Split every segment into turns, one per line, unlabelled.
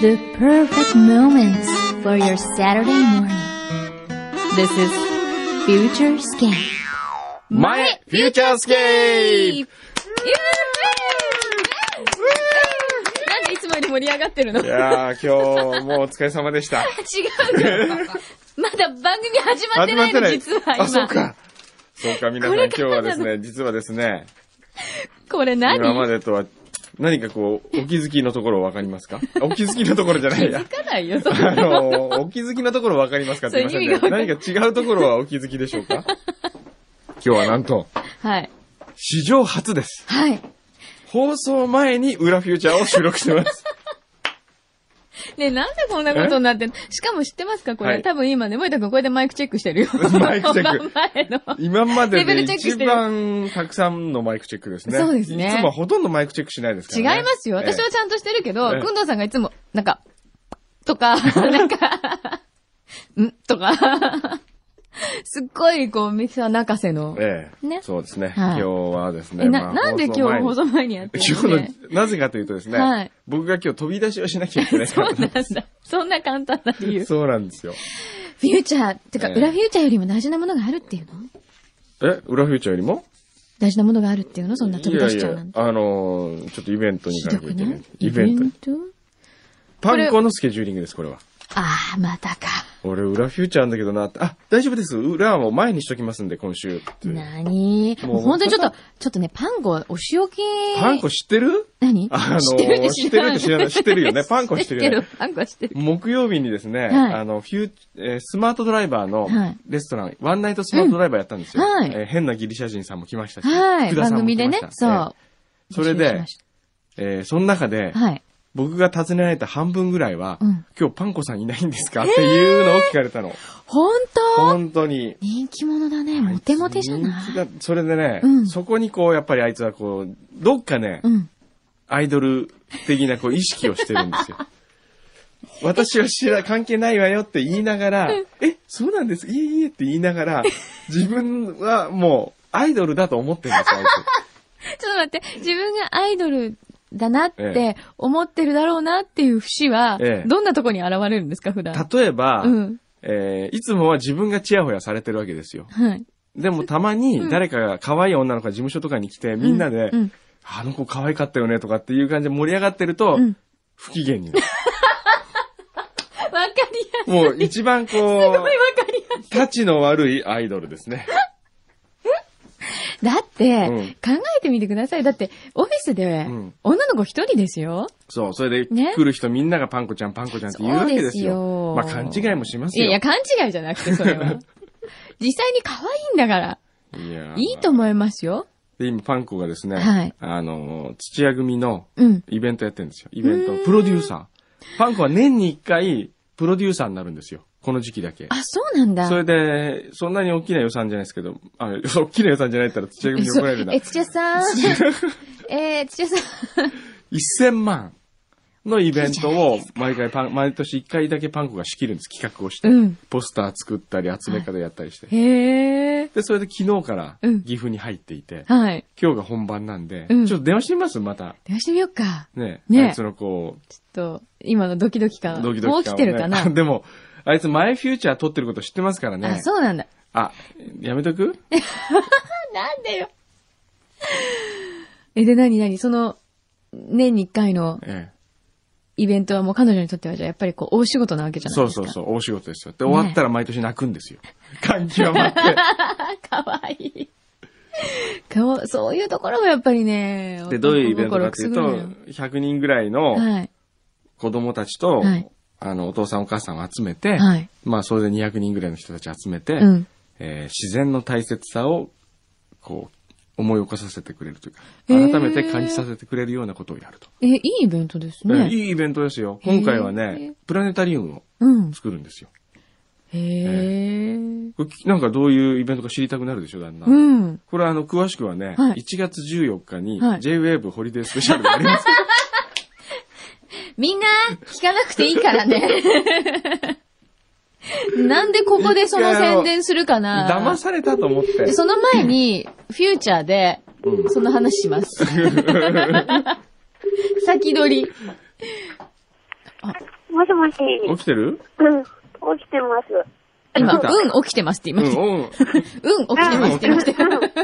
The perfect moments for your Saturday morning. This is Future Scan.
前、フューチャースケープ
なんでいつもより盛り上がってるの
い
違う
やー、今日、もうお疲れ様で した。
よ。まだ番組始まってないの、実は今。
あ、そうか。そうか、皆さん
これ
今
か
日
らな
は
の
ですね、実はですね、
これ何
今までとは、何かこう、お気づきのところわかり ますかお気づきのところじゃな
気
いや
づ。かない よ、そん
あ
な
のー、お気づきのところわかりますかって言いました
そう
ね。
いう意味
何
が
か違うところはお気づきでしょう か今日はなんと、
はい。
史上初です。
はい。
放送前に裏フューチャーを収録してます。
ねえなんでこんなことになってんのしかも知ってますかこれ、
はい
多分今ね、森田くんこれでマイクチェックしてる よ。
マイクチェック
本番前の。
今まで
レベ
で
ルチェック
一
してる
番たくさんのマイクチェックですね。
そうですね
いつもほとんどマイクチェックしないですか
違い
らね。
ますよ。私はちゃんとしてるけど、
ええ
くんどうさんがいつも、なんか、と か、なんか、んとか、 すっごい、こう、ミキサー泣かせの。
ええ。
ね
そうですね。
は
今
い
日はですね。
え、な、
まあ
なんで今日放送前にやってるの
前に今日の、なぜかというとですね、
はい
僕が今日飛び出しをしなきゃいけないから
そう なんだ。そんな簡単な理 由。フ
そうなんですよ。
ューチャー、てか、
ええ
裏フューチャーよりも大事なものがあるっていうの
え裏フューチャーよりも
大事なものがあるっていうのそんな飛び出しちゃうなんて。
いやいやあのーちょっとイベントに行か
ひ
な
ど
きゃい
く
けな
ない
い。イ
イ
ベ
ベ
ント
ン
に。
ト
パンコのスケジューリングです、これは。
ああ、またか。
俺、裏フューチャーなんだけどなって。あ、大丈夫です。裏はもう前にしときますんで、今週って。
なに
もう
もう本当にちょっと、ちょっとね、パンゴ、お仕置き。
パンコ知ってる
何
あのー
知ってるって
知っ
知らない。
てるって知らない知ってるよ ねパン粉知ってるよね
知パン粉知ってる。
木曜日にですね、
はい
あの、フュー、えースマートドライバーの
はい
レストラン、ワンナイトスマートドライバーやったんですよ。
うんはい
えー変なギリシャ人さんも来ましたし、
はい。
福田
番
さんも
組
来
で
ま
ね
し、た
そ
えー
う。
それ
募集し
で
まし、
えーその中で
た、はい。
僕が尋ねられた半分ぐらいは、
うん
今日パンコさんいないんですかっていうのを聞かれたの。
本当
本当に。
人気者だね。モテモテじゃ
人気
な
だ
い
それでね、
うん
そこにこう、やっぱりあいつはこう、どっかね、
うん。
アイドル的なこう意識をしてるんです よ。私は知ら、関係ないわよって言いながら、え、そうなんです、いえいえって言いなが ら、自分はもう、アイドルだと思ってるんですよ、あい
ちょっと待って、自分がアイドルだなっ
え
て思ってるだろうなっていう節は
ええ、
どんなとこに現れるんですか、普段。
つ。例えば、
うん
えーいつもは自分がチヤホヤされてるわけですよ。
はい。
でもたまに誰かが可愛い女の子が事務所とかに来て、みんなで、
うんうん
あの子可愛かったよねとかっていう感じで盛り上がってると、
うん
不機嫌になる。
わかり
もう一番
やすい、わ
こ
かりや
う、立ちの悪いアイドルですね。
すい。だっ
うん
て、考えてみてください。だって、オフィスで
ん、
女の子一人ですよ
そう、それで
ね
来る人みんながパンコちゃん、パンコちゃんって言うわけですよ。
そう
ま
で
あ
すよ
勘違いもします
いや
よ。
いや、勘違いじゃなくて、そ れは。実際に可愛いんだから、
いや
いいと思いますよ。
で、今パンコがですね、
はい
あの、土屋組の
うん。
イベントやってるんですよ。イベントのプロデューサー。パンコは年に一回、プロデューサーになるんですよ。この時期だけ。
あ、そうなんだ。
それで、そんなに大きな予算じゃないですけど、あ、大きな予算じゃないって言ったら土屋組に怒られるな
え、。土屋さん。 えー、土屋さん。
1000万のイベントを毎回パン、毎年一回だけパンコが仕切るんです。企画をして。
うん
ポスター作ったり、集め方やったりして。
へえ。
で、それで昨日から
うん
岐阜に入っていて、
はい。
今日が本番なんで、
うん
ちょっと電話してみますまた。
電話してみようか。
ねあ
ね
いつのこう、
ちょっと、今のドキドキ感。
ドキドキ感を
も
ね
う来てるかな。
でも、あいつマイフューチャー撮ってること知ってますからね。
あ、そうなんだ。
あやめとく
なんでよ。え、で、なになにその、年に一回の
ええ。
イベントはもう彼女にとってはじゃあやっぱりこう、大仕事なわけじゃない
そう
です
そ
か。
う
う。
そう、大仕事ですよ。で、終わったら毎年泣くんです よ。感極まって。
かわいい。かわ、そういうところもやっぱりね、
で、どういうイベントか
心
っ
く
て
す
いう
ぐ
と
るのよ、
100人ぐらいの
はい。
子供たちと、
はい
あの、お父さんお母さんを集めて、
はい
まあ、それで200人ぐらいの人たち集めて、
うん
えー自然の大切さを、こう、思い起こさせてくれるというか、
へー
改めて感じさせてくれるようなことをやると。
え、いいイベントです
えー
ね。
いいイベントですよ。今回は
へ
ね
ー、
プラネタリウムを
うん。
作るんですよ。
へえ。
これきなんかどういうイベントか知りたくなるでしょ、だんだん。
うん。
これはあの、詳しくはね、
はい
1月14日に
はい
JWAVE ホリデースペシャルがあり ます。
みんな、聞かなくていい からね。なんでここでその宣伝するかな
騙されたと思って。
でその前に、フューチャーで、その 話します。先取り。
もしもし。
起きてる
うん。起きてます。
今、
寝てた
うん、起きてますって
うん、
言いました。
うん。
うん、起きてますって言 いました。
うん
寝て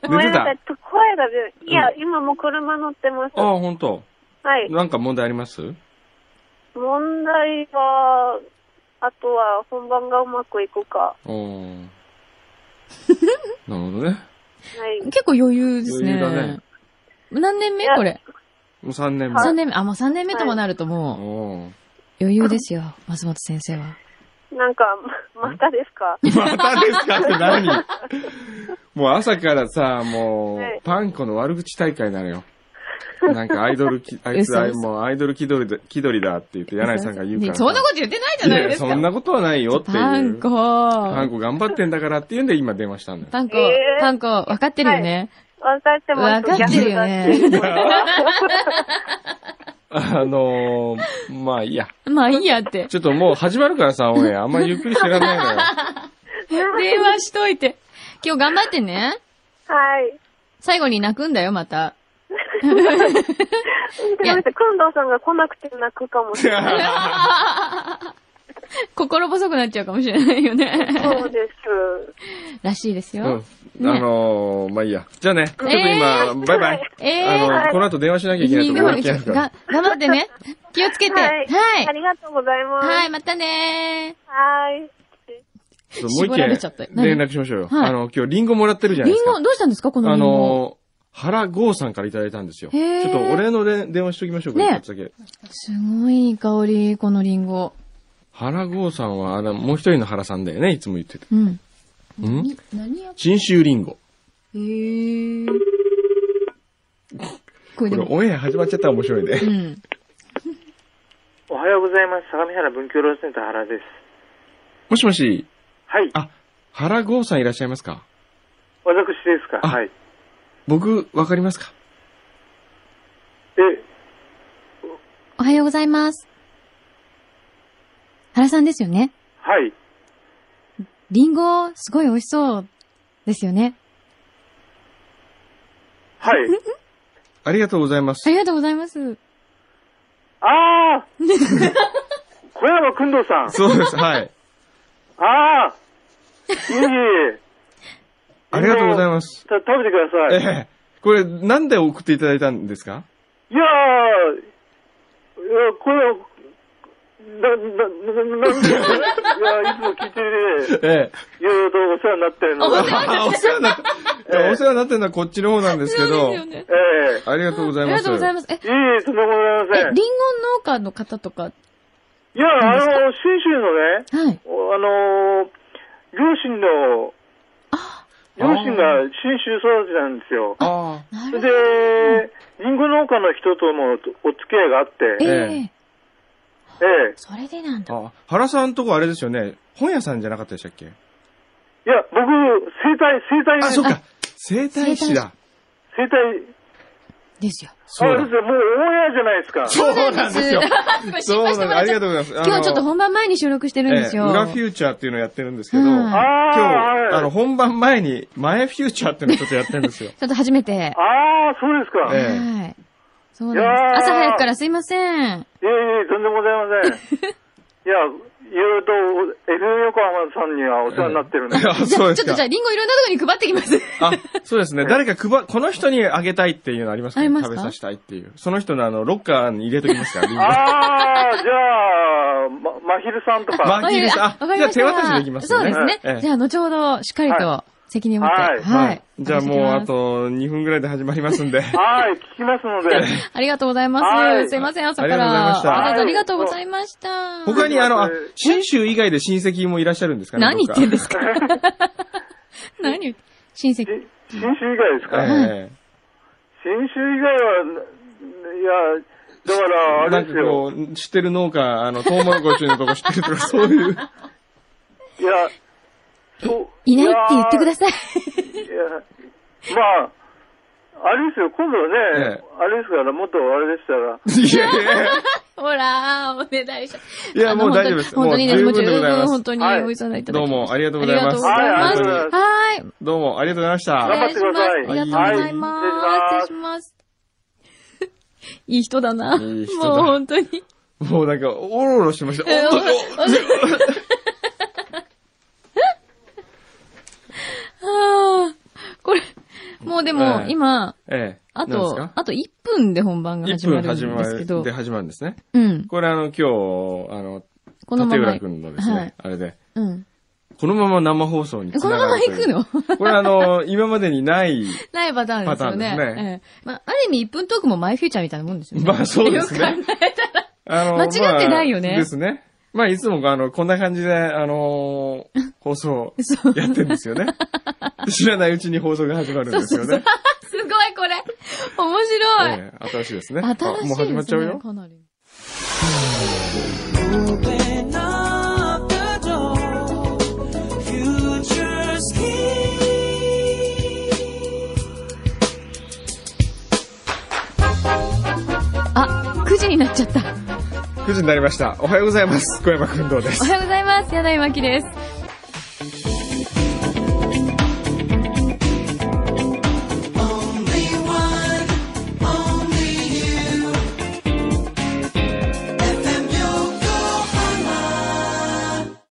た
なんか声が出る。いや、
う
今もう車乗ってます。
あ
は
あ、本当。
い。
なんか問題あります
問題は、あとは本番がうまくいくか。
おーなるほどね。
はい。
結構余裕ですね。
余裕だね
何年目
いや
これ。
もう3年
はい
目。
3年目。あ、もう3年目ともなるとも
おー
う余裕ですよ。松本先生は。
なんか、ままたですか
またですかって何もう朝からさ、も、
はいう
パンコの悪口大会なのよ。なんかアイドルき、あいつ、
嘘
あい
嘘
もうアイドル気取りだ、気取りだって言って、柳井さんが言うからさ。
そんなこと言ってないじゃないです
いや
か。
そんなことはないよっていう。
パン。
パン
コ。
コ頑張ってんだからっていうんで今電話したんだよ。
パンコ
え、ー
パンコ、わかってるよね。
分かってま
わ
す。
かってるよね
ギャグだって。
あのー、まあいいや。
まあいいやって。
ちょっともう始まるからさ、オンエア。あんまりゆっくりしてらんないのよ。
電話しといて。今日頑張ってね。
はい。
最後に泣くんだよ、また。
でも、くんどうさんが来なくて泣くかもしれ ない。
心細くなっちゃうかもしれないよ ね。
そうです。
らしいですよ。
うん。あのー、まあいいや。じゃあね、ちょっと今、バイバイ。
えー
あの、この後電話しなきゃいけない
い
と
い
こ
で
ろが
も、
来るから
が。頑張ってね。気をつけて。は
はい
い。
ありがとうございます。
はい、またね
はい。
ちょっともう一
絞られちゃったよ
件、連絡しましょうよ。
はい
あの、今日リンゴもらってるじ
ー。
ゃな
リ
い
ン
です
ゴ、
か。
どうしたんですかこの
あ
リンゴ。
のー、原剛さんからいただいたんですよ。ち
へー
ょっとお礼のれ電話しときましょうか、
ね
一発だけ。
すごいいい香り、このリンゴ。
原剛さんは、あの、もう一人の原さんだよね、いつも言ってた。
うん。
ん
何や
新州リンゴ。
へー。これ
こ
で
れ
も、
オンエア始まっちゃったら面白いね
う。ん。
おはようございます。相模原文教労センター原です。
もしもし、
はい。
あ、原剛さんいらっしゃいますか
私ですか。
あ
はい。
僕、わかりますか
え、
おはようございます。原さんですよね
はい。
リンゴ、すごい美味しそうですよね。
はい。
ありがとうございます
あ。りがとうございます。
あー小山くんどうさん。
そうです、はい。
あーいえいえ。
ありがとうございます。
た食べてくだ
え
さい。
えこれ、なんで送っていただいたんですか
いやー、いやこれ、な、な、な、なんで、い や、いつも聞いてるね、
ええ。
いろいろとお世話になってるので、
あお世話になって、いやお世話になってるのはこっちの方なんですけど、
ね。
ええ
ありがとうござ
あ
い
り
ま
が
す。
とうございます。え、
いえいえ、とんでも
え、
ござい
リ
ませ
ンゴ
ん。
農家の方とか、
いや、あの、信州のね、
はい。
おあのー両親の、両親が信州育ちなんですよ。
ああ、
な
そ
るほ
れ
ど。
で、リンゴ農家の人ともお付き合いがあって、え
ええ
え
え、
それでなんだ。
あ原さんとこあれですよね、本屋さんじゃなかったでしたっけ
いや、僕、生体、生体、
あ、そっか、整体師だ。
生体、
ですよ。
そう
あれですよもうオンエアじゃないですか。
そうなんです よ。
心配してもら
あ
っ
り
ち
がとう
ゃった
ございます。
今日ちょっと本番前に収録してるんです
え
よ。
え裏フューチャーっていうのをやってるんですけど、
うん
今日、
ああ、
あ
は
の、
い。
本番前に、前フューチャーっていうのをちょっとやってるん ですよ。
ちょっと初めて。
ああ、そうですか。
え
い
え
はい。そうなん
い
で
や
す。
ー
朝早くからすいません。
えいえ、とんでもございません。 いや、いろいろと、FM 横浜さんにはお世話になってるんで。
あ、
じゃ
そう
あ、
で
ちょ
す
っとじゃ
か
あ、。リンゴいろんなとこに配ってきます。
あ、そうですね。誰か配、この人にあげたいっていうのありますか,、
あ
ね、
りますか
食べさせたいっていう。その人のあの、ロッカーに入れときますから、リンゴ。
ああ、じゃあ、ま、まひるさんとか。
まあいいですあ
わかりました。
じゃあ手渡しできますね
そうです
ええ
ね。じゃあ、後ほど、しっかりと
は
責任を持って。
はい
はい。
じゃあもうあ
お
と2分ぐらいで始まりますん で。
はい、聞きますので。
願いします。ありがとうございま
は
す。
い
すいません、朝
あ
か
りがとうございました
ら。わざわざありがとうございました。
他にあの、あ
ええ
信州以外で親戚もいらっしゃるんですかね
何言ってんです すか何言って親戚。
し新州以外です
え
か、新州以外は、ないや、だから、
え
あ
な
れ
ん
で
か
すよ。
こう、知ってる農家、あの、トウモロコシのとこ知ってるとか、そういう。
いや、そう。
いないって言ってくだ
さ
さい。
いや。いやまあ、あれですよ、今度はね、
ええ
あれですから、もっとあれでしたら、
いやいやいや
ほらー、お願いします。
いや
あの
もう大丈夫です
本当に
もう
ね、も
十
う十
分でございます
分本当に
はい
お忙しいただき
どうもありがとうございます
ありがとうござい
はいありが
ま。はい。
とうございますす
どうもありがとうございました。
頑張ってください
お願しますありがとうございます。
はい
失礼します。いい人だな。
いい人だ
もう本当に。
もうなんか、おろおろしてました。
え
おっとおっ
ああ、これ、もうでも
ええ
今、
ええ。
あ
何です
と
か、
あと1分で本番が始
1
ま
分
る
始
ん
ま
ですけど
る、で、始まるんですね。
うん。
これあの、今日、あの、
このま
立
ま
浦、くんのですね、
はい
あれで、
うん。
このまま生放送に
このまま行くの
のこれあの、今までにない、
ないパターンです
パタ
よね。
ーンです
ええまあ、ある意味1分トークもマイフューチャーみたいなもんですよね。
まあそうですね
よく考えたら。
あの、
間違ってないよね
まあですね。まあ、いつも、あの、こんな感じで、あのー放送
そう、
やってるんですよ ね。知らないうちに放送が始まるんですよね。
すごいこれ面白い、
ええ新しいですね。
新しいで
あもう
す、ね、
始まっちゃうよ。
かなり。
Open up the door, future's key.
あ、9時になっちゃった。
9時になりました。おはようございます。小山くんどうで
お
す。
はようございます。柳井真紀です。